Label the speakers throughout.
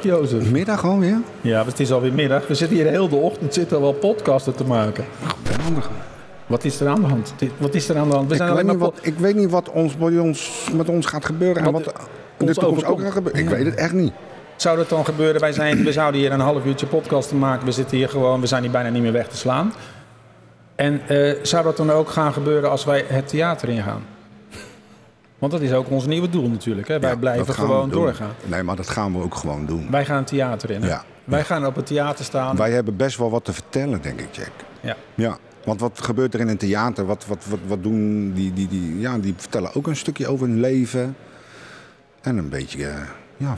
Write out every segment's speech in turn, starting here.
Speaker 1: Jozef.
Speaker 2: Middag gewoon weer?
Speaker 1: Ja, want het is alweer middag. We zitten hier heel de ochtend zitten al podcasten te maken.
Speaker 2: Handig.
Speaker 1: Wat is er aan de hand? Dit- Wat is er aan de hand? We
Speaker 2: Ik
Speaker 1: zijn
Speaker 2: weet,
Speaker 1: alleen
Speaker 2: niet
Speaker 1: maar...
Speaker 2: wat, ik weet niet wat ons, bij ons, met ons gaat gebeuren en
Speaker 1: Wat
Speaker 2: wat, in de
Speaker 1: ons
Speaker 2: toekomst ook
Speaker 1: overkomt.
Speaker 2: gaat gebeuren. Ik
Speaker 1: Ja.
Speaker 2: weet het echt niet.
Speaker 1: po- Zou dat dan gebeuren? Wij zijn, we zouden hier een half uurtje podcast te maken. We zitten hier gewoon, we zijn hier bijna niet meer weg te slaan. En eh, zou dat dan ook gaan gebeuren als wij het theater ingaan? Want dat is ook ons nieuwe doel natuurlijk. Hè? Wij
Speaker 2: Ja,
Speaker 1: blijven
Speaker 2: dat gaan we
Speaker 1: gewoon
Speaker 2: doen.
Speaker 1: doorgaan.
Speaker 2: Nee, maar dat gaan we ook gewoon doen.
Speaker 1: Wij gaan het theater in. hè?
Speaker 2: Ja.
Speaker 1: Wij gaan op het theater staan.
Speaker 2: Wij hebben best wel wat te vertellen, denk ik, Jack.
Speaker 1: Ja.
Speaker 2: Ja, want wat gebeurt er in een theater? Wat, wat, wat, wat doen die, die, die, ja, die vertellen ook een stukje over hun leven. En een beetje, eh, ja,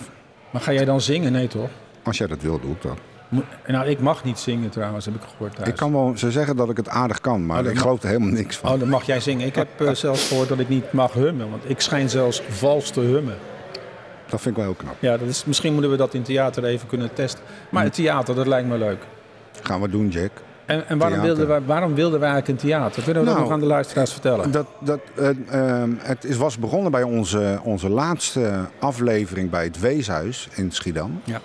Speaker 1: Maar ga jij dan zingen? Nee toch?
Speaker 2: als jij dat wil, doe ik dat.
Speaker 1: Mo- Nou, ik mag niet zingen trouwens, heb ik gehoord thuis.
Speaker 2: Ik kan wel, ze zeggen dat ik het aardig kan, maar ik geloof er helemaal niks van.
Speaker 1: Oh, dan mag jij zingen. Ik heb eh, zelfs gehoord dat ik niet mag hummen, want ik schijn zelfs vals te hummen.
Speaker 2: Dat vind ik wel heel knap.
Speaker 1: Ja, dat is, misschien moeten we dat in theater even kunnen testen. Maar
Speaker 2: Hm.
Speaker 1: het theater, dat lijkt me leuk.
Speaker 2: Gaan we doen, Jack.
Speaker 1: En, en waarom,
Speaker 2: Theater.
Speaker 1: wilden wij, waarom wilden wij eigenlijk een theater? Kunnen we dat
Speaker 2: Nou,
Speaker 1: nog aan de luisteraars vertellen?
Speaker 2: Dat, dat, eh, ehm, het is, was begonnen bij onze, onze laatste aflevering bij het Weeshuis in Schiedam.
Speaker 1: Ja.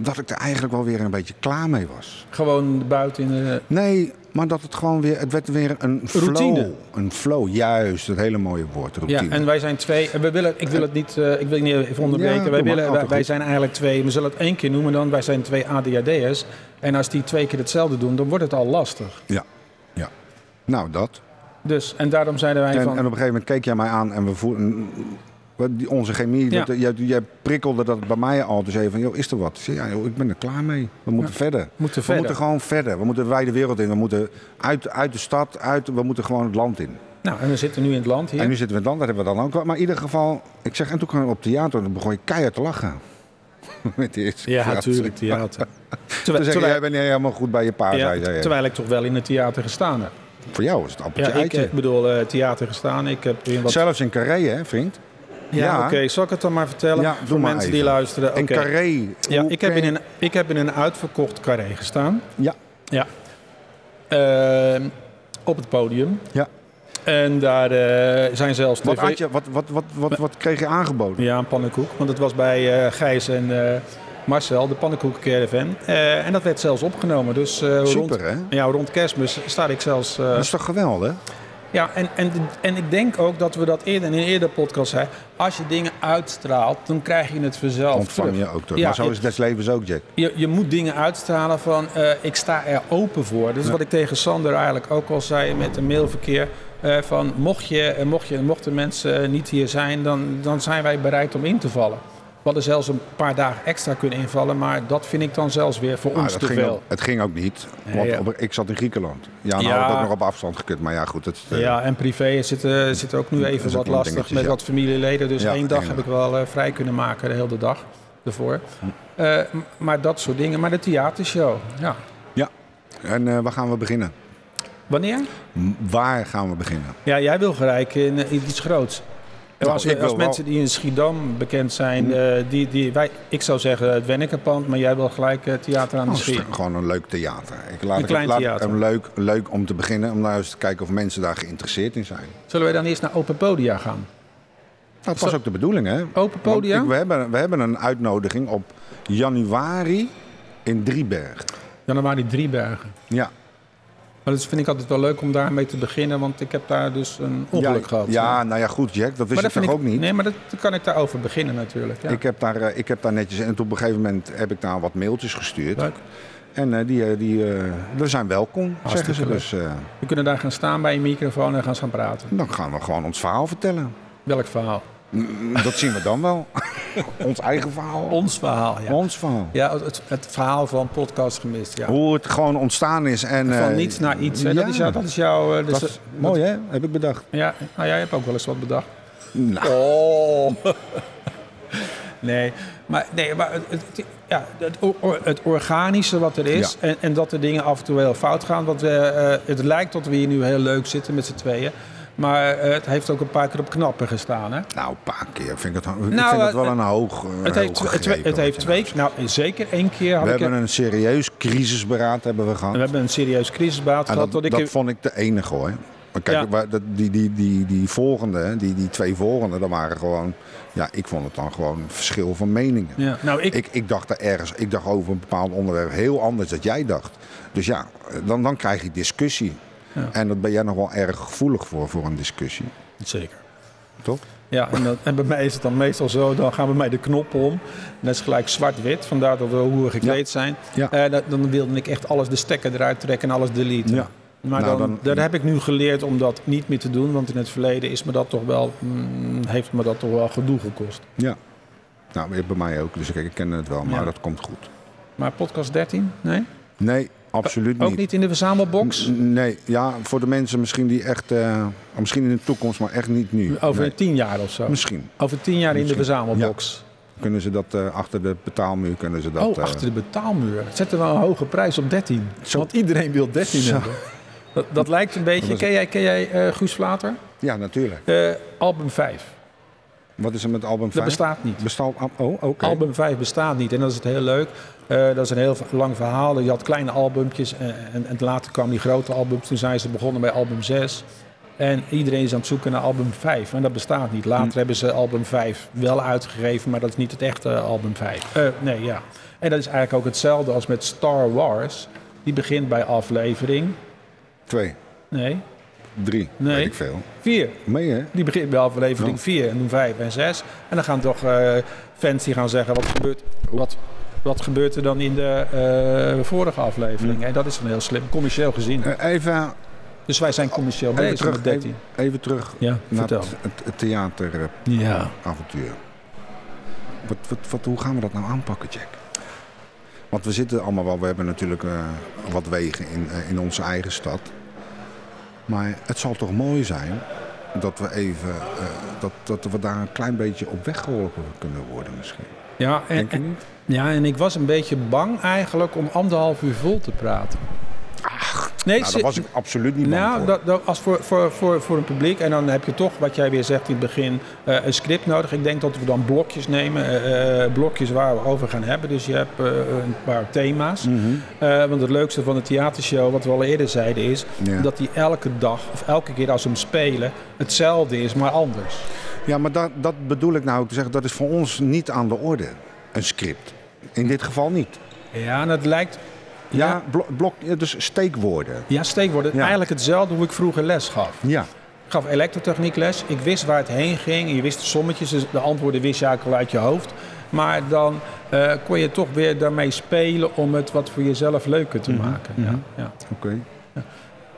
Speaker 2: Dat ik er eigenlijk wel weer een beetje klaar mee was.
Speaker 1: Gewoon buiten in de...
Speaker 2: Nee, maar dat het gewoon weer, het werd weer een flow.
Speaker 1: Routine.
Speaker 2: Een flow, juist. Dat hele mooie woord,
Speaker 1: Ja,
Speaker 2: routine.
Speaker 1: en wij zijn twee... en We willen, ik wil het niet, eh, ik wil het niet even onderbreken.
Speaker 2: Ja, doe
Speaker 1: wij,
Speaker 2: maar,
Speaker 1: willen, wij,
Speaker 2: altijd
Speaker 1: wij
Speaker 2: goed.
Speaker 1: zijn eigenlijk twee... We zullen het één keer noemen dan. Wij zijn twee ADHD'ers. En als die twee keer hetzelfde doen, dan wordt het al lastig.
Speaker 2: ja. ja. Nou, dat.
Speaker 1: Dus, en daarom zeiden wij
Speaker 2: En, en
Speaker 1: van...
Speaker 2: op een gegeven moment keek jij mij aan en we voelden... we- die- Onze chemie,
Speaker 1: Ja.
Speaker 2: dat, jij, jij prikkelde dat bij mij al. Dus even van, joh, is er wat? Ik zei, Ja, joh, ik ben er klaar mee. We moeten verder.
Speaker 1: moeten
Speaker 2: We
Speaker 1: verder.
Speaker 2: moeten gewoon verder. We moeten wij de wereld in. We moeten uit, uit de stad, uit, we moeten gewoon het land in.
Speaker 1: Nou, en we zitten nu in het land hier.
Speaker 2: En nu zitten we in het land, dat hebben we dan ook. wel. Maar in ieder geval, ik zeg, en toen kwamen we op theater en toen begon je keihard te lachen. Met de eerste
Speaker 1: Ja,
Speaker 2: frase.
Speaker 1: natuurlijk, theater.
Speaker 2: Toen
Speaker 1: Terwijl,
Speaker 2: zeg je, jij
Speaker 1: terwijl,
Speaker 2: bent niet helemaal goed bij je pa,
Speaker 1: ja,
Speaker 2: zei hij.
Speaker 1: terwijl ik toch wel in het theater gestaan heb.
Speaker 2: Voor jou is het appeltje
Speaker 1: Ja, ik
Speaker 2: eitje.
Speaker 1: eh, bedoel, eh, theater gestaan. Ik heb in wat...
Speaker 2: Zelfs in Carré, hè, vriend?
Speaker 1: Ja,
Speaker 2: ja.
Speaker 1: oké. Zal ik het dan maar vertellen
Speaker 2: Ja, doe
Speaker 1: voor
Speaker 2: maar
Speaker 1: mensen die
Speaker 2: even.
Speaker 1: luisteren?
Speaker 2: In
Speaker 1: Oké.
Speaker 2: Carré.
Speaker 1: eh, Ja,
Speaker 2: hoe
Speaker 1: ik heb,
Speaker 2: ken-
Speaker 1: in een, ik heb in een uitverkocht carré gestaan.
Speaker 2: Ja,
Speaker 1: Ja. Ehm, op het podium.
Speaker 2: ja.
Speaker 1: En daar eh, zijn zelfs
Speaker 2: Wat,
Speaker 1: TV
Speaker 2: had je, wat, wat, wat, wat, wat kreeg je aangeboden?
Speaker 1: Ja, een pannenkoek. Want het was bij eh Gijs en eh, Marcel, de pannenkoekencaravan. Eh en dat werd zelfs opgenomen. Dus, eh, rond,
Speaker 2: Super, hè? Dus-
Speaker 1: ja, rond kerstmis sta ik zelfs... eh,
Speaker 2: Dat is toch geweldig?
Speaker 1: Ja, en, en, en ik denk ook dat we dat eerder in een eerder podcast zeiden. Als je dingen uitstraalt, dan krijg je het vanzelf
Speaker 2: Ontvang je
Speaker 1: terug.
Speaker 2: ook toch?
Speaker 1: Ja,
Speaker 2: maar zo
Speaker 1: ik-
Speaker 2: is het des levens ook, Jack.
Speaker 1: Je, je moet dingen uitstralen van eh, ik sta er open voor. Dat is wat ik tegen Sander eigenlijk ook al zei met de mailverkeer. eh, van mocht je, eh, mocht je, mochten mensen eh, niet hier zijn, dan, dan zijn wij bereid om in te vallen. We hadden zelfs een paar dagen extra kunnen invallen, maar dat vind ik dan zelfs weer voor
Speaker 2: Maar
Speaker 1: ons
Speaker 2: Ah, dat
Speaker 1: te
Speaker 2: ging
Speaker 1: veel.
Speaker 2: ook, het ging ook niet, want
Speaker 1: ja.
Speaker 2: op- ik zat in Griekenland. Ja, nou
Speaker 1: Ja.
Speaker 2: had ik ook nog op afstand gekund, maar ja, goed. Dat, is, eh,
Speaker 1: Ja, en privé zit, eh, zit ook nu even
Speaker 2: is ook
Speaker 1: wat
Speaker 2: nog
Speaker 1: lastig
Speaker 2: dingetjes,
Speaker 1: met
Speaker 2: ja.
Speaker 1: wat familieleden. Dus
Speaker 2: Ja,
Speaker 1: één dag
Speaker 2: ja.
Speaker 1: heb ik wel eh, vrij kunnen maken, de hele dag ervoor.
Speaker 2: Hm.
Speaker 1: Eh, m- maar dat soort dingen. Maar de theatershow, ja.
Speaker 2: ja. En eh, waar gaan we beginnen?
Speaker 1: Wanneer?
Speaker 2: M- Waar gaan we beginnen?
Speaker 1: Ja, jij wil gelijk in, eh, in iets groots.
Speaker 2: Nou,
Speaker 1: als
Speaker 2: ik
Speaker 1: als
Speaker 2: wil wel- Hm.
Speaker 1: mensen die in Schiedam bekend zijn, eh, die, die, wij, ik zou zeggen het Wennekenpand, maar jij wil gelijk eh, theater aan
Speaker 2: Oh,
Speaker 1: de
Speaker 2: het is
Speaker 1: sfeer.
Speaker 2: gewoon een leuk theater. Ik laat,
Speaker 1: Een klein
Speaker 2: ik, laat
Speaker 1: theater.
Speaker 2: Hem leuk, leuk om te beginnen, om nou eens te kijken of mensen daar geïnteresseerd in zijn.
Speaker 1: Zullen wij dan eerst naar Open Podia gaan?
Speaker 2: Dat was ook de bedoeling, hè?
Speaker 1: Open podia?
Speaker 2: Want ik- we, hebben, we hebben een uitnodiging op januari in Drieberg.
Speaker 1: Januari Driebergen.
Speaker 2: Ja.
Speaker 1: Maar dat vind ik altijd wel leuk om daarmee te beginnen, want ik heb daar dus een ongeluk
Speaker 2: ja,
Speaker 1: gehad.
Speaker 2: Ja, nou ja, goed, Jack. Dat wist
Speaker 1: Maar
Speaker 2: ik
Speaker 1: dat vind
Speaker 2: toch
Speaker 1: ik
Speaker 2: ook niet?
Speaker 1: Nee, maar dat dan kan ik daarover beginnen natuurlijk. Ja.
Speaker 2: Ik, heb daar, eh, ik heb daar netjes... En toen op een gegeven moment heb ik daar wat mailtjes gestuurd.
Speaker 1: Leuk.
Speaker 2: En eh, die, eh, die eh, we zijn welkom,
Speaker 1: Hartstikke
Speaker 2: zeggen ze. Dus eh,
Speaker 1: We kunnen daar gaan staan bij een microfoon en gaan gaan praten.
Speaker 2: dan gaan we gewoon ons verhaal vertellen.
Speaker 1: Welk verhaal?
Speaker 2: Dat zien we dan wel. ons eigen verhaal.
Speaker 1: Ons verhaal, ja.
Speaker 2: Ons verhaal.
Speaker 1: Ja, het, het verhaal van podcast gemist, ja.
Speaker 2: Hoe het gewoon ontstaan is. En,
Speaker 1: Van
Speaker 2: eh,
Speaker 1: niets naar iets. hè.
Speaker 2: ja.
Speaker 1: Dat is jouw... Dat is jouw eh, dus,
Speaker 2: Dat is
Speaker 1: eh,
Speaker 2: mooi, hè? Heb ik bedacht.
Speaker 1: Ja, nou, jij hebt ook wel eens wat bedacht.
Speaker 2: Nou.
Speaker 1: Oh. nee, maar, nee, maar het, het- ja, het, o- o- het organische wat er is. En, en dat de dingen af en toe heel fout gaan. Want we, eh, het lijkt dat we hier nu heel leuk zitten met z'n tweeën. Maar eh, het heeft ook een paar keer op knappen gestaan. Hè?
Speaker 2: Nou, een paar keer vind ik het, ik
Speaker 1: Nou,
Speaker 2: vind
Speaker 1: eh,
Speaker 2: het wel een hoog. eh,
Speaker 1: Het
Speaker 2: hoog
Speaker 1: heeft, twe-
Speaker 2: gegrepen,
Speaker 1: twe- het
Speaker 2: wat
Speaker 1: heeft
Speaker 2: je
Speaker 1: twee
Speaker 2: nou zegt.
Speaker 1: Nou, zeker één keer had
Speaker 2: We
Speaker 1: ik...
Speaker 2: hebben een serieus crisisberaad hebben we gehad.
Speaker 1: we hebben een serieus crisisbaat
Speaker 2: en
Speaker 1: gehad.
Speaker 2: dat
Speaker 1: Dat, ik,
Speaker 2: dat vond ik de enige hoor. Maar kijk,
Speaker 1: Ja.
Speaker 2: waar- dat- die, die, die, die volgende, hè, die, die twee volgende, dat waren gewoon... Ja, ik vond het dan gewoon een verschil van meningen.
Speaker 1: Ja. Nou, ik,
Speaker 2: Ik, ik dacht daar ergens, ik dacht over een bepaald onderwerp heel anders dan jij dacht. Dus ja, dan, dan krijg je discussie.
Speaker 1: Ja.
Speaker 2: En dat ben jij nog wel erg gevoelig voor, voor een discussie.
Speaker 1: Zeker.
Speaker 2: Toch?
Speaker 1: Ja, en, dat, en bij mij is het dan meestal zo, dan gaan we mij de knop om. Net is gelijk zwart-wit, vandaar dat we hoe we gekleed zijn.
Speaker 2: Ja.
Speaker 1: Eh, dat- dan wilde ik echt alles de stekker eruit trekken en alles deleten.
Speaker 2: Ja.
Speaker 1: Maar
Speaker 2: Nou,
Speaker 1: dan,
Speaker 2: dan-
Speaker 1: daar heb ik nu geleerd om dat niet meer te doen, want in het verleden is me dat toch wel, mm, heeft me dat toch wel gedoe gekost.
Speaker 2: Ja. Nou, bij- bij mij ook. Dus kijk, ik ken het wel, maar
Speaker 1: Ja.
Speaker 2: dat komt goed.
Speaker 1: Maar podcast 13? Nee?
Speaker 2: Nee, absoluut
Speaker 1: Ook
Speaker 2: niet.
Speaker 1: niet in de verzamelbox?
Speaker 2: N- Nee, ja, voor de mensen misschien die echt... eh, misschien in de toekomst, maar echt niet nu.
Speaker 1: Over
Speaker 2: Nee.
Speaker 1: tien jaar of zo?
Speaker 2: Misschien
Speaker 1: Over tien jaar in de
Speaker 2: Misschien.
Speaker 1: verzamelbox.
Speaker 2: kunnen ze dat eh, achter de betaalmuur... Kunnen ze dat,
Speaker 1: oh,
Speaker 2: eh,
Speaker 1: achter de betaalmuur. Zetten we een hoge prijs op 13.
Speaker 2: Zo.
Speaker 1: Want iedereen wil 13
Speaker 2: Zo.
Speaker 1: hebben. Dat, dat lijkt een beetje...
Speaker 2: was-
Speaker 1: Ken jij, ken jij eh, Guus Vlater?
Speaker 2: Ja, natuurlijk.
Speaker 1: Eh, album 5.
Speaker 2: Wat is er met album 5?
Speaker 1: Dat bestaat niet.
Speaker 2: Bestaat... Oh, oké.
Speaker 1: Album 5 bestaat niet. En dat is het heel leuk. Eh, dat is een heel lang verhaal. Je had kleine albumpjes eh, en, en later kwamen die grote albums. Toen zijn ze begonnen bij album 6. En iedereen is aan het zoeken naar album 5. En dat bestaat niet. Later hebben ze album 5 wel uitgegeven, maar dat is niet het echte album 5. Eh, nee, ja. En dat is eigenlijk ook hetzelfde als met Star Wars. Die begint bij aflevering.
Speaker 2: Twee,
Speaker 1: Nee,
Speaker 2: drie,
Speaker 1: Nee.
Speaker 2: weet ik veel.
Speaker 1: 4.
Speaker 2: Mee, hè?
Speaker 1: Die begint bij aflevering
Speaker 2: Ja.
Speaker 1: 4 en doen 5 en 6. En dan gaan toch eh, fans die gaan zeggen, wat gebeurt, wat, wat gebeurt er dan in de eh, vorige aflevering? En dat is dan heel slim, commercieel gezien.
Speaker 2: Eh, Even,
Speaker 1: Dus wij zijn commercieel
Speaker 2: even,
Speaker 1: bezig
Speaker 2: terug,
Speaker 1: met 13.
Speaker 2: even, even terug
Speaker 1: Ja,
Speaker 2: naar
Speaker 1: vertel.
Speaker 2: het, het, het eh, theateravontuur.
Speaker 1: Ja.
Speaker 2: Wat, wat, wat, hoe gaan we dat nou aanpakken, Jack? Want we zitten allemaal wel, we hebben natuurlijk eh, wat wegen in, eh, in onze eigen stad. Maar het zal toch mooi zijn dat we even, eh, dat, dat we daar een klein beetje op weggeholpen kunnen worden misschien.
Speaker 1: Ja en,
Speaker 2: Denk je
Speaker 1: en-
Speaker 2: niet?
Speaker 1: ja, en ik was een beetje bang eigenlijk om anderhalf uur vol te praten. nee,
Speaker 2: Nou,
Speaker 1: ze-
Speaker 2: daar was ik absoluut niet bang
Speaker 1: Nou,
Speaker 2: voor.
Speaker 1: dat, dat, als voor, voor, voor, voor een publiek. En dan heb je toch, wat jij weer zegt in het begin, eh, een script nodig. Ik denk dat we dan blokjes nemen. eh, eh, blokjes waar we over gaan hebben. Dus je hebt eh, een paar thema's.
Speaker 2: Mhm.
Speaker 1: Eh, want het leukste van de theatershow, wat we al eerder zeiden, is
Speaker 2: Ja.
Speaker 1: dat die elke dag of elke keer als we hem spelen hetzelfde is, maar anders.
Speaker 2: Ja, maar dat, dat bedoel ik nou ook te zeggen. Dat is voor ons niet aan de orde, een script. In dit geval niet.
Speaker 1: Ja, en het lijkt.
Speaker 2: Ja, blo- blok, ja, dus steekwoorden.
Speaker 1: Ja, steekwoorden.
Speaker 2: Ja.
Speaker 1: Eigenlijk hetzelfde hoe ik vroeger les gaf.
Speaker 2: Ja,
Speaker 1: Ik gaf elektrotechniek les. Ik wist waar het heen ging. Je wist de sommetjes, dus de antwoorden wist je eigenlijk al uit je hoofd. Maar dan eh, kon je toch weer daarmee spelen om het wat voor jezelf leuker te maken. Ja, ja.
Speaker 2: oké.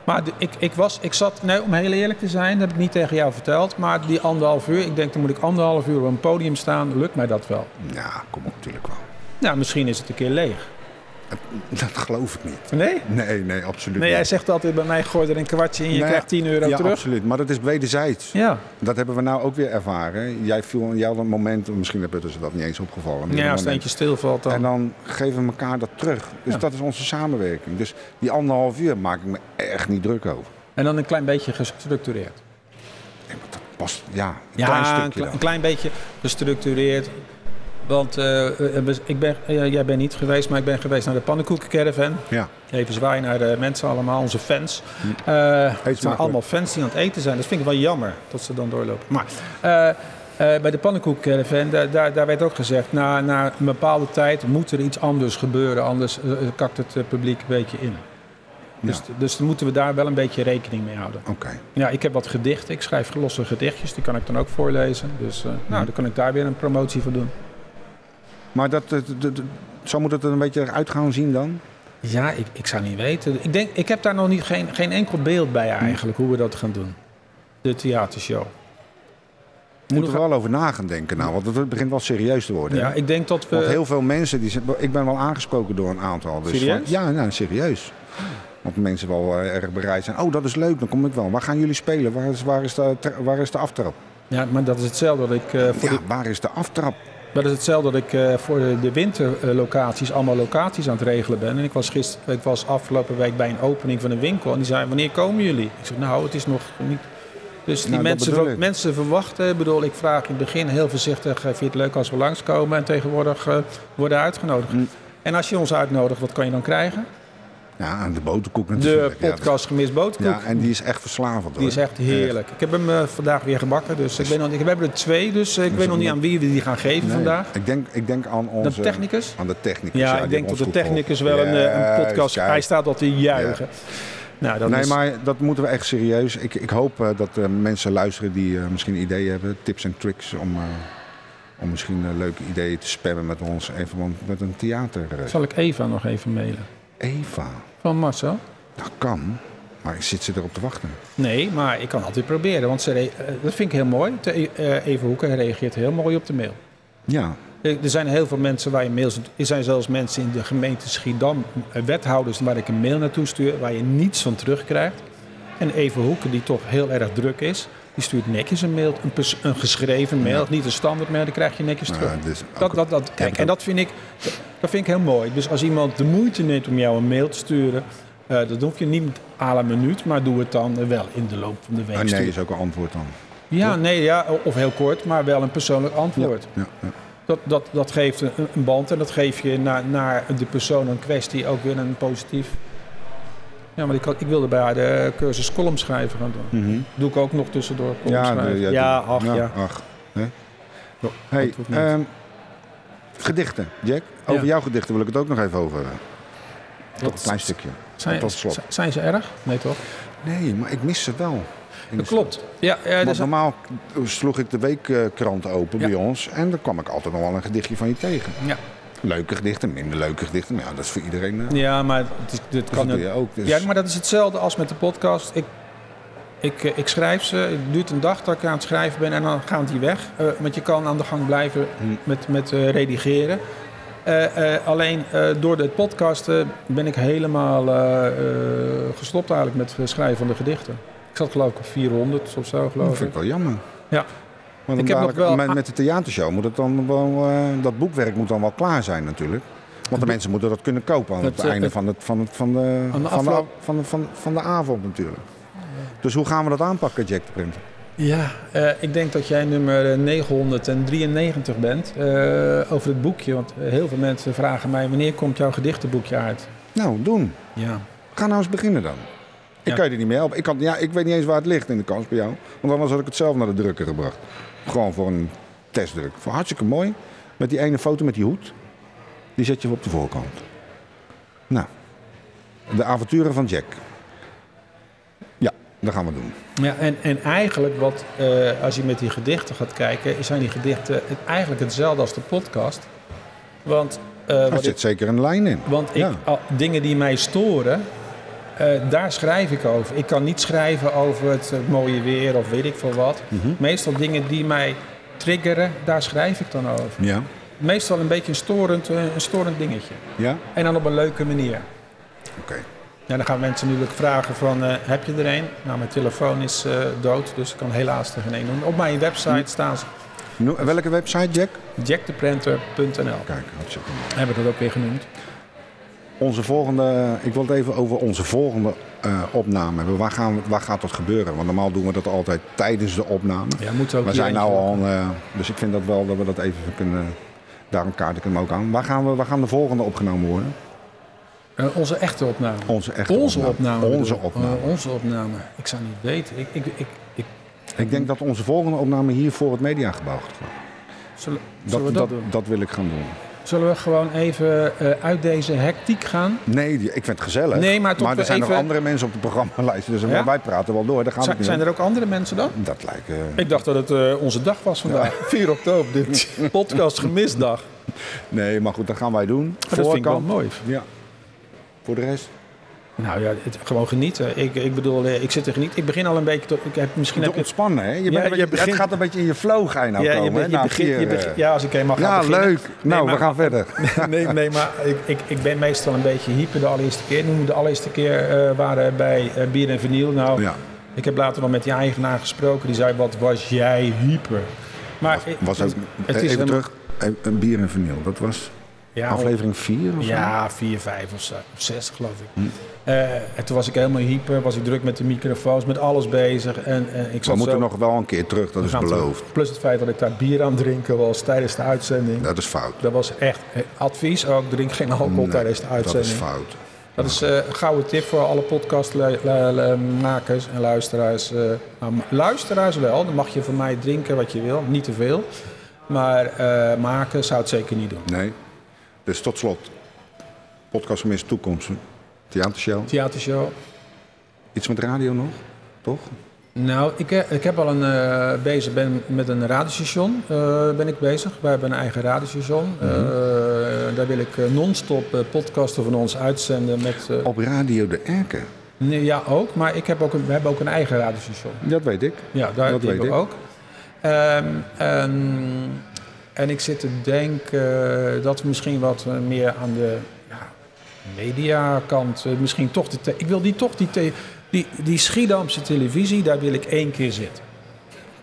Speaker 1: Maar de- ik, ik, was, ik zat, nee, om heel eerlijk te zijn, dat heb ik niet tegen jou verteld. Maar die anderhalf uur, ik denk dan moet ik anderhalf uur op een podium staan. Lukt mij dat wel?
Speaker 2: Ja, kom op, natuurlijk wel.
Speaker 1: Nou, misschien is het een keer leeg.
Speaker 2: Dat geloof ik niet.
Speaker 1: Nee?
Speaker 2: Nee, nee, absoluut
Speaker 1: Nee, jij
Speaker 2: niet.
Speaker 1: zegt altijd bij mij, gooi er een kwartje in, je
Speaker 2: Nee,
Speaker 1: krijgt 10 euro
Speaker 2: ja,
Speaker 1: terug.
Speaker 2: absoluut. Maar dat is wederzijds.
Speaker 1: Ja,
Speaker 2: Dat hebben we nou ook weer ervaren. Jij viel in jouw moment, misschien hebben ze dat niet eens opgevallen. maar
Speaker 1: ja
Speaker 2: een
Speaker 1: als het
Speaker 2: moment-
Speaker 1: eentje stilvalt dan.
Speaker 2: En dan geven we elkaar dat terug. Dus
Speaker 1: Ja.
Speaker 2: dat is onze samenwerking. Dus die anderhalf uur maak ik me echt niet druk over.
Speaker 1: En dan een klein beetje gestructureerd.
Speaker 2: Nee, maar dat past, ja, een
Speaker 1: Ja,
Speaker 2: klein
Speaker 1: een,
Speaker 2: stukje
Speaker 1: kle-
Speaker 2: dan.
Speaker 1: een klein beetje gestructureerd. Want eh, eh, we- ik ben, eh, jij bent niet geweest, maar ik ben geweest naar de pannenkoekencaravan.
Speaker 2: Ja.
Speaker 1: Even zwaaien naar de mensen allemaal, onze fans. Eh, het zijn
Speaker 2: Hm. smakelijk.
Speaker 1: allemaal fans die aan het eten zijn. Dat vind ik wel jammer dat ze dan doorlopen. Maar eh, eh, bij de pannenkoekencaravan, daar, daar, daar werd ook gezegd... Na, na een bepaalde tijd moet er iets anders gebeuren. Anders eh, kakt het eh, publiek een beetje in. Dus, dus dan moeten we daar wel een beetje rekening mee houden.
Speaker 2: Oké.
Speaker 1: Ja, ik heb wat gedichten. Ik schrijf losse gedichtjes. Die kan ik dan ook voorlezen. Dus eh, nou, dan kan ik daar weer een promotie voor doen.
Speaker 2: Maar dat, eh, dat- dat- dat- zo moet het er een beetje eruit gaan zien dan?
Speaker 1: Ja, ik, ik zou niet weten. Ik, denk, ik heb daar nog niet, geen, geen enkel beeld bij eigenlijk hoe we dat gaan doen. De theatershow.
Speaker 2: We moeten er wel over na gaan denken nou, want het begint wel serieus te worden. hè?
Speaker 1: Ja, ik eh, denk dat we...
Speaker 2: Want heel veel mensen, die, zeggen- ik ben wel aangesproken door een aantal. Dus
Speaker 1: Serieus?
Speaker 2: van- ja, nou, serieus. Want mensen wel eh, erg bereid zijn. Oh, dat is leuk, dan kom ik wel. Waar gaan jullie spelen? Waar is, waar is, de, tra- waar is de aftrap?
Speaker 1: Ja, maar dat is hetzelfde dat ik, eh, voor,
Speaker 2: Ja,
Speaker 1: de,
Speaker 2: waar is de aftrap?
Speaker 1: dat is hetzelfde dat ik eh, voor de, de winterlocaties allemaal locaties aan het regelen ben. En ik was, gister, ik was afgelopen week bij een opening van een winkel. En die zei, wanneer komen jullie? Ik zeg, nou, het is nog niet... Dus die
Speaker 2: Nou, dat
Speaker 1: mensen,
Speaker 2: bedoel
Speaker 1: ver-
Speaker 2: ik.
Speaker 1: mensen verwachten, ik bedoel, ik vraag in het begin heel voorzichtig, eh, vind je het leuk als we langskomen en tegenwoordig eh, worden uitgenodigd.
Speaker 2: Mm.
Speaker 1: En als je ons uitnodigt, wat kan je dan krijgen?
Speaker 2: Ja, en de boterkoek
Speaker 1: De
Speaker 2: natuurlijk. Ja, dat-
Speaker 1: podcast Gemist Boterkoek.
Speaker 2: Ja, en die is echt verslavend.
Speaker 1: Die is
Speaker 2: hoor.
Speaker 1: echt heerlijk. Ik heb hem eh, vandaag weer gebakken. Dus ik, ben nog, ik heb er twee, dus eh, ik weet nog niet aan wie we die gaan geven
Speaker 2: Nee,
Speaker 1: vandaag.
Speaker 2: Ik denk, ik denk aan
Speaker 1: De
Speaker 2: onze...
Speaker 1: technicus?
Speaker 2: Aan de technicus.
Speaker 1: Ja,
Speaker 2: die
Speaker 1: ik denk dat
Speaker 2: ons
Speaker 1: de
Speaker 2: goed
Speaker 1: technicus
Speaker 2: volgt.
Speaker 1: wel een, eh, een
Speaker 2: Juist,
Speaker 1: podcast...
Speaker 2: juist.
Speaker 1: Hij staat al te juichen. Nou, dat
Speaker 2: nee,
Speaker 1: is...
Speaker 2: maar dat moeten we echt serieus. Ik, ik hoop eh, dat eh, mensen luisteren die eh, misschien ideeën hebben, tips en tricks om, eh, om misschien eh, leuke ideeën te spammen met ons. in verband met een theater. eh.
Speaker 1: Zal ik Eva nog even mailen?
Speaker 2: Eva,
Speaker 1: Van Marcel?
Speaker 2: dat kan. Maar ik zit ze erop te wachten.
Speaker 1: Nee, maar ik kan altijd proberen. Want ze re- eh, dat vind ik heel mooi. Te- eh, Eva Hoeken reageert heel mooi op de mail. Eh,
Speaker 2: Ja,
Speaker 1: Er er zijn heel veel mensen waar je mails... Er zijn zelfs mensen in de gemeente Schiedam, eh, wethouders... waar ik een mail naartoe stuur waar je niets van terugkrijgt. En Even Hoeken, die toch heel erg druk is... die stuurt netjes een mail, een, pers- een geschreven mail. Niet een standaard mail, dan krijg je netjes
Speaker 2: nou,
Speaker 1: terug.
Speaker 2: dus
Speaker 1: Dat,
Speaker 2: ook-
Speaker 1: dat, dat,
Speaker 2: Heb
Speaker 1: kijk,
Speaker 2: ik
Speaker 1: en
Speaker 2: ook.
Speaker 1: dat vind, ik, dat vind ik heel mooi. Dus als iemand de moeite neemt om jou een mail te sturen... eh dat hoef je niet à la minuut, maar doe het dan eh, wel in de loop van de week.
Speaker 2: Ah, nee,
Speaker 1: sturen.
Speaker 2: is ook een antwoord dan.
Speaker 1: Ja, nee, ja, of heel kort, maar wel een persoonlijk antwoord.
Speaker 2: Ja, ja.
Speaker 1: Dat, dat, dat geeft een, een band en dat geeft je naar, naar de persoon in kwestie ook weer een positief. Ja, want ik, had- ik wilde bij haar de cursus columnschrijven gaan doen.
Speaker 2: Mhm.
Speaker 1: Doe ik ook nog tussendoor.
Speaker 2: Ja,
Speaker 1: Columnschrijven.
Speaker 2: de-
Speaker 1: Ja,
Speaker 2: de-
Speaker 1: ach ja.
Speaker 2: Ach, hè? Hey,
Speaker 1: dat hoeft niet.
Speaker 2: ehm, gedichten, Jack. Over
Speaker 1: Ja.
Speaker 2: jouw gedichten wil ik het ook nog even over hebben. Toch
Speaker 1: Wat-
Speaker 2: een klein stukje.
Speaker 1: zijn,
Speaker 2: tot slot.
Speaker 1: z- zijn ze erg? Nee toch?
Speaker 2: Nee, maar ik mis ze wel. In de
Speaker 1: Dat klopt. Ja, eh,
Speaker 2: Want
Speaker 1: dus,
Speaker 2: normaal sloeg ik de weekkrant open
Speaker 1: Ja.
Speaker 2: bij ons en dan kwam ik altijd nog wel een gedichtje van je tegen.
Speaker 1: ja.
Speaker 2: Leuke gedichten, minder leuke gedichten, maar ja, dat is voor iedereen. eh,
Speaker 1: ja, maar het, is- dit
Speaker 2: dus
Speaker 1: kan
Speaker 2: dat
Speaker 1: ook-
Speaker 2: doe je ook. Dus,
Speaker 1: Ja, maar dat is hetzelfde als met de podcast. Ik, ik, eh, ik schrijf ze, het duurt een dag dat ik aan het schrijven ben en dan gaan die weg. Eh, want je kan aan de gang blijven
Speaker 2: Hmm.
Speaker 1: met, met eh, redigeren. Eh, eh, alleen eh, door de podcast eh, ben ik helemaal eh, eh, gestopt eigenlijk met het schrijven van de gedichten. Ik zat geloof ik op 400 of zo
Speaker 2: dat
Speaker 1: geloof
Speaker 2: vind
Speaker 1: ik.
Speaker 2: ik wel jammer.
Speaker 1: Ja.
Speaker 2: Want
Speaker 1: Ik
Speaker 2: dan
Speaker 1: heb nog
Speaker 2: dadelijk
Speaker 1: wel-
Speaker 2: met, met de theatershow moet het dan wel, eh, dat boekwerk moet dan wel klaar zijn natuurlijk. Want de mensen moeten dat kunnen kopen aan het,
Speaker 1: Het, eh,
Speaker 2: einde
Speaker 1: het-
Speaker 2: van, het, van, het, van, de,
Speaker 1: Aan de
Speaker 2: van, de,
Speaker 1: afloop.
Speaker 2: van, de, van, van de avond natuurlijk. Dus hoe gaan we dat aanpakken, Jack de Print?
Speaker 1: Ja, eh, ik denk dat jij nummer eh, 993 bent eh, over het boekje. Want eh, heel veel mensen vragen mij wanneer komt jouw gedichtenboekje uit?
Speaker 2: Nou, doen.
Speaker 1: Ja.
Speaker 2: Ga nou eens beginnen dan. Ik
Speaker 1: Ja.
Speaker 2: kan je er niet meer helpen. Ik, kan, ja, ik weet niet eens waar het ligt in de kans bij jou. Want anders had ik het zelf naar de drukker gebracht. Gewoon voor een testdruk. Voor hartstikke mooi. Met die ene foto met die hoed. Die zet je op de voorkant. Nou. De avonturen van Jack. Ja, dat gaan we doen.
Speaker 1: Ja, en, en eigenlijk wat, eh, als je met die gedichten gaat kijken, zijn die gedichten het, eigenlijk hetzelfde als de podcast. Want, eh,
Speaker 2: Daar
Speaker 1: wat
Speaker 2: zit
Speaker 1: ik,
Speaker 2: zeker een lijn in.
Speaker 1: want ik,
Speaker 2: ja.
Speaker 1: al- dingen die mij storen, eh, daar schrijf ik over. Ik kan niet schrijven over het eh, mooie weer of weet ik veel wat. Meestal dingen die mij triggeren, daar schrijf ik dan over.
Speaker 2: Ja.
Speaker 1: Meestal een beetje een storend, eh, een storend dingetje.
Speaker 2: Ja?
Speaker 1: En dan op een leuke manier.
Speaker 2: Oké.
Speaker 1: Ja, dan gaan mensen natuurlijk vragen van, eh, heb je er een? Nou, mijn telefoon is eh, dood, dus ik kan helaas er geen een doen. Op mijn website staan ze,
Speaker 2: No- Welke website, Jack?
Speaker 1: jackdeprinter.nl.
Speaker 2: Kijk, hartstikke mooi.
Speaker 1: Hebben we dat ook weer genoemd.
Speaker 2: Onze volgende, ik wil het even over onze volgende eh, opname hebben. Waar, gaan we, waar gaat dat gebeuren? Want normaal doen we dat altijd tijdens de opname.
Speaker 1: Ja, moeten ook
Speaker 2: we
Speaker 1: hier
Speaker 2: zijn
Speaker 1: eentje
Speaker 2: nou al, eh, dus ik vind dat wel dat we dat even kunnen. Daarom kaart ik hem ook aan. Waar gaan we, waar gaan de volgende opgenomen worden?
Speaker 1: doen. Eh, onze echte opname.
Speaker 2: Onze echte
Speaker 1: Onze opname. bedoel
Speaker 2: Onze
Speaker 1: ik.
Speaker 2: opname.
Speaker 1: Eh, onze opname. Ik zou niet weten. Ik, ik, ik, ik,
Speaker 2: Ik denk dat onze volgende opname hier voor het mediagebouw gaat gebeuren.
Speaker 1: zullen,
Speaker 2: Dat,
Speaker 1: zullen we dat,
Speaker 2: dat,
Speaker 1: doen?
Speaker 2: dat wil ik gaan doen.
Speaker 1: Zullen we gewoon even eh, uit deze hectiek gaan?
Speaker 2: Nee, die- ik vind het gezellig.
Speaker 1: Nee, maar toch
Speaker 2: maar er
Speaker 1: wel
Speaker 2: zijn nog
Speaker 1: even-
Speaker 2: andere mensen op de programmalijst. Dus
Speaker 1: Ja?
Speaker 2: wij praten wel door. Daar gaan we
Speaker 1: Zijn-
Speaker 2: het niet
Speaker 1: zijn er ook andere mensen dan?
Speaker 2: om. Dat lijkt. eh,
Speaker 1: Ik dacht dat het eh, onze dag was vandaag. 4 oktober, dit podcast gemistdag.
Speaker 2: Nee, maar goed, dat gaan wij doen.
Speaker 1: Maar Oh, dat vind ik wel mooi.
Speaker 2: Ja. Voor de rest?
Speaker 1: Nou ja, het, gewoon genieten. Ik, ik bedoel, eh, ik zit er geniet. Ik begin al een beetje. Tot, ik heb, misschien
Speaker 2: Te
Speaker 1: heb ik-
Speaker 2: ontspannen, hè? Je bent
Speaker 1: Ja,
Speaker 2: een beetje-
Speaker 1: je begint-
Speaker 2: Het gaat een beetje in je flow ga je nou
Speaker 1: ja,
Speaker 2: komen,
Speaker 1: je,
Speaker 2: hè?
Speaker 1: bent- je
Speaker 2: na
Speaker 1: begint.
Speaker 2: vier,
Speaker 1: je
Speaker 2: eh,
Speaker 1: begint- ja, als ik helemaal
Speaker 2: Ja,
Speaker 1: ga beginnen.
Speaker 2: leuk. nou,
Speaker 1: maar-
Speaker 2: we gaan verder.
Speaker 1: Nee, nee, maar ik, ik, ik ben meestal een beetje hyper de allereerste keer. Toen we de allereerste keer eh, waren bij eh, Bier en Vinyl. Nou,
Speaker 2: Ja,
Speaker 1: ik heb later nog met die eigenaar gesproken. Die zei, wat was jij hyper? Maar ik-
Speaker 2: was ook, eh,
Speaker 1: het is
Speaker 2: even
Speaker 1: helemaal-
Speaker 2: terug. Een- Een bier en vinyl, dat was
Speaker 1: ja,
Speaker 2: aflevering 4 of zo?
Speaker 1: Ja, vier, vijf of zo. Of zes, geloof ik.
Speaker 2: Hm.
Speaker 1: Eh, en toen was ik helemaal hyper. Was ik druk met de microfoons, met alles bezig. En, en ik
Speaker 2: We
Speaker 1: zat
Speaker 2: moeten
Speaker 1: zo...
Speaker 2: nog wel een keer terug, dat is
Speaker 1: gaan terug.
Speaker 2: beloofd.
Speaker 1: Plus het feit dat ik daar bier aan het drinken was tijdens de uitzending.
Speaker 2: Dat is fout.
Speaker 1: Dat was echt eh, advies. Ook drink geen alcohol
Speaker 2: Nee,
Speaker 1: tijdens de
Speaker 2: Dat is
Speaker 1: uitzending.
Speaker 2: fout.
Speaker 1: Dat is eh, een gouden tip voor alle podcastmakers en luisteraars. eh. Nou, luisteraars wel, dan mag je van mij drinken wat je wil, niet te veel. Maar eh, maken zou het zeker niet doen.
Speaker 2: Nee. Dus tot slot. Podcast Mis Toekomst. Theatershow.
Speaker 1: Theatershow.
Speaker 2: Iets met radio nog? Toch?
Speaker 1: Nou, ik, eh, ik heb al een, eh, bezig, ben met een radiostation eh, ben ik bezig. Wij hebben een eigen radiostation.
Speaker 2: Mhm.
Speaker 1: Eh, daar wil ik eh, non-stop eh, podcasten van ons uitzenden met... eh,
Speaker 2: Op Radio de Erken.
Speaker 1: nee, ja, ook. Maar ik heb ook een, we hebben ook een eigen radiostation.
Speaker 2: Dat weet ik.
Speaker 1: Ja, daar,
Speaker 2: Dat
Speaker 1: die
Speaker 2: weet
Speaker 1: hebben we
Speaker 2: ik.
Speaker 1: ook. Ehm, en- en ik zit te denken eh, dat we misschien wat eh, meer aan de ja, mediakant, eh, misschien toch de... te- ik wil die toch die, te- die, die Schiedamse televisie, daar wil ik één keer zitten.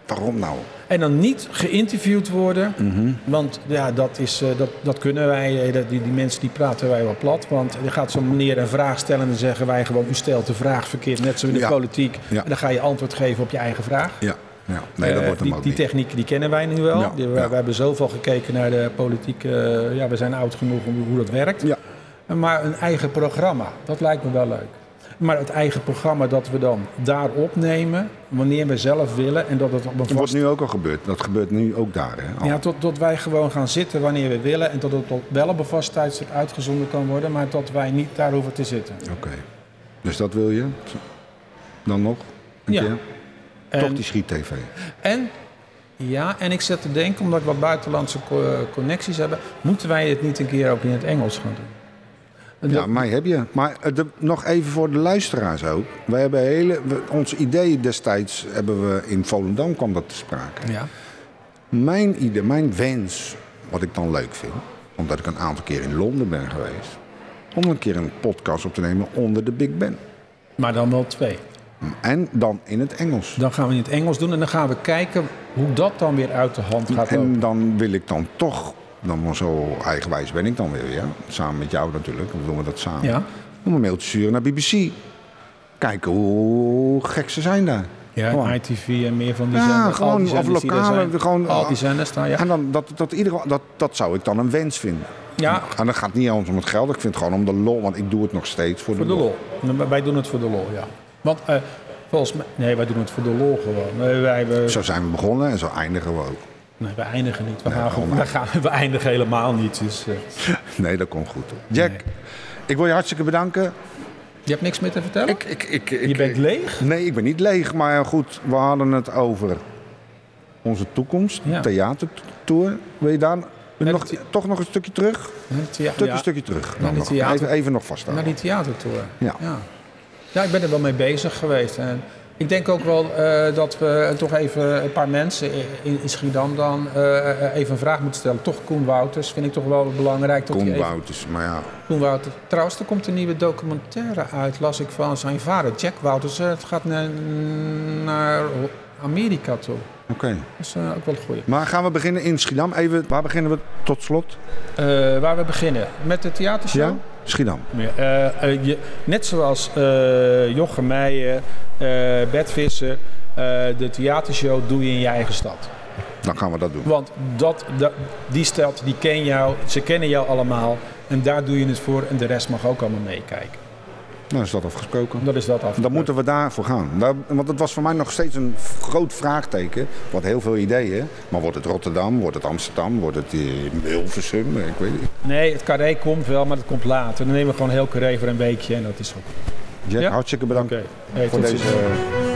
Speaker 2: Waarom nou?
Speaker 1: En dan niet geïnterviewd worden,
Speaker 2: Mhm.
Speaker 1: want ja, dat, is, eh, dat, dat kunnen wij, eh, dat, die, die mensen die praten wij wel plat. Want er gaat zo'n meneer een vraag stellen en dan zeggen wij gewoon, u stelt de vraag verkeerd, net zo in de
Speaker 2: Ja.
Speaker 1: politiek.
Speaker 2: Ja.
Speaker 1: En dan ga je antwoord geven op je eigen vraag.
Speaker 2: Ja. ja. Nee, dat
Speaker 1: Eh,
Speaker 2: wordt hem
Speaker 1: die,
Speaker 2: ook
Speaker 1: die
Speaker 2: niet.
Speaker 1: techniek die kennen wij nu wel.
Speaker 2: Ja,
Speaker 1: Die- we,
Speaker 2: ja.
Speaker 1: we hebben zoveel gekeken naar de politiek. eh, ja, we zijn oud genoeg om hoe dat werkt.
Speaker 2: Ja.
Speaker 1: Maar een eigen programma, dat lijkt me wel leuk. Maar het eigen programma dat we dan daar opnemen, wanneer we zelf willen. En dat het op een
Speaker 2: Dat wordt
Speaker 1: vast...
Speaker 2: nu ook al gebeurd. Dat gebeurt nu ook daar. Hè? Al.
Speaker 1: Ja, tot, tot wij gewoon gaan zitten wanneer we willen. En tot het op- wel op een vast tijdstip uitgezonden kan worden. Maar dat wij niet daar hoeven te zitten.
Speaker 2: Oké. Dus dat wil je? Dan nog? Een
Speaker 1: Ja.
Speaker 2: keer? Toch
Speaker 1: En-
Speaker 2: die schiet-tv.
Speaker 1: En, ja, en ik zit te denken, omdat ik wat buitenlandse co- eh, connecties heb, moeten wij het niet een keer ook in het Engels gaan doen?
Speaker 2: Ja,
Speaker 1: Dat-
Speaker 2: mij heb je. Maar eh, de- nog even voor de luisteraars ook. Wij hebben hele, we- ons idee destijds hebben we in Volendam kwam dat te sprake.
Speaker 1: ja.
Speaker 2: Mijn idee, mijn wens, wat ik dan leuk vind, omdat ik een aantal keer in Londen ben geweest, om een keer een podcast op te nemen onder de Big Ben.
Speaker 1: Maar dan wel twee.
Speaker 2: En dan in het Engels.
Speaker 1: Dan gaan we in het Engels doen en dan gaan we kijken hoe dat dan weer uit de hand gaat lopen.
Speaker 2: En dan wil ik dan toch, dan maar zo eigenwijs ben ik dan weer, ja. samen met jou natuurlijk, dan doen we dat samen.
Speaker 1: Ja.
Speaker 2: Om een mail te sturen naar BBC. Kijken hoe gek ze zijn daar.
Speaker 1: Ja,
Speaker 2: Gewoon.
Speaker 1: en ITV en meer van die
Speaker 2: Oh. Ja,
Speaker 1: zenders, al die
Speaker 2: gewoon of
Speaker 1: zenders die daar
Speaker 2: lokale,
Speaker 1: zijn.
Speaker 2: gewoon-
Speaker 1: al die zenders daar, ja.
Speaker 2: En dan, dat, dat, ieder, dat, dat zou ik dan een wens vinden.
Speaker 1: Ja,
Speaker 2: En dat gaat niet eens om het geld, ik vind het gewoon om de lol, want ik doe het nog steeds voor,
Speaker 1: voor de lol. Wij doen het voor de lol, ja. Want eh, volgens mij... Nee, wij doen het voor de lol gewoon. Nee, wij, we,
Speaker 2: Zo zijn we begonnen en zo eindigen we ook.
Speaker 1: nee, we eindigen niet. We, gaan, gewoon-
Speaker 2: maar-
Speaker 1: we, gaan, we eindigen helemaal niet. Dus, eh,
Speaker 2: Nee, dat komt goed. Jack, ik wil je hartstikke bedanken.
Speaker 1: je hebt niks meer te vertellen?
Speaker 2: Ik, ik, ik, ik-
Speaker 1: je bent leeg?
Speaker 2: Nee, ik ben niet leeg, maar goed, we hadden het over onze toekomst,
Speaker 1: Ja.
Speaker 2: theatertour. Wil je daar nog,
Speaker 1: the-
Speaker 2: toch nog een stukje terug?
Speaker 1: Naar de, thea-
Speaker 2: Stuk,
Speaker 1: ja,
Speaker 2: Een stukje terug.
Speaker 1: Naar
Speaker 2: Dan
Speaker 1: de
Speaker 2: nog.
Speaker 1: theater-
Speaker 2: Even, even nog
Speaker 1: naar
Speaker 2: vasthouden.
Speaker 1: die theatertour.
Speaker 2: Ja.
Speaker 1: Ja. ja, ik ben er wel mee bezig geweest. En ik denk ook wel eh, dat we toch even een paar mensen in, in Schiedam dan eh, eh, even een vraag moeten stellen. Toch Koen Wouters vind ik toch wel belangrijk. Dat hij
Speaker 2: Koen
Speaker 1: even-
Speaker 2: Wouters, maar ja.
Speaker 1: Koen Wouters. Trouwens, er komt een nieuwe documentaire uit, las ik van zijn vader, Jack Wouters. Eh, Het gaat naar, naar Amerika toe.
Speaker 2: Oké.
Speaker 1: Dat is eh, ook wel een goeie.
Speaker 2: Maar gaan we beginnen in Schiedam? Even, waar beginnen we tot slot?
Speaker 1: Eh, waar we beginnen? Met de theatershow?
Speaker 2: Ja? Schiedam.
Speaker 1: Ja, eh, eh, je- net zoals eh Jochem Meijer, eh Bert Visser, eh, de theatershow doe je in je eigen stad.
Speaker 2: Dan gaan we dat doen.
Speaker 1: Want dat, dat- die stad, die ken jou, ze kennen jou allemaal. En daar doe je het voor en de rest mag ook allemaal meekijken.
Speaker 2: Nou, is dat afgesproken.
Speaker 1: Dat is dat af.
Speaker 2: Dan moeten we daarvoor gaan. Daar- want het was voor mij nog steeds een v- groot vraagteken. Wat heel veel ideeën. Maar wordt het Rotterdam? Wordt het Amsterdam? Wordt het eh, Hilversum? Ik weet niet.
Speaker 1: Nee, het carré komt wel, maar dat komt later. Dan nemen we gewoon heel carré voor een weekje en dat is ook.
Speaker 2: Jack,
Speaker 1: Ja?
Speaker 2: hartstikke bedankt
Speaker 1: Hey,
Speaker 2: voor
Speaker 1: tot
Speaker 2: deze
Speaker 1: ziens.
Speaker 2: eh,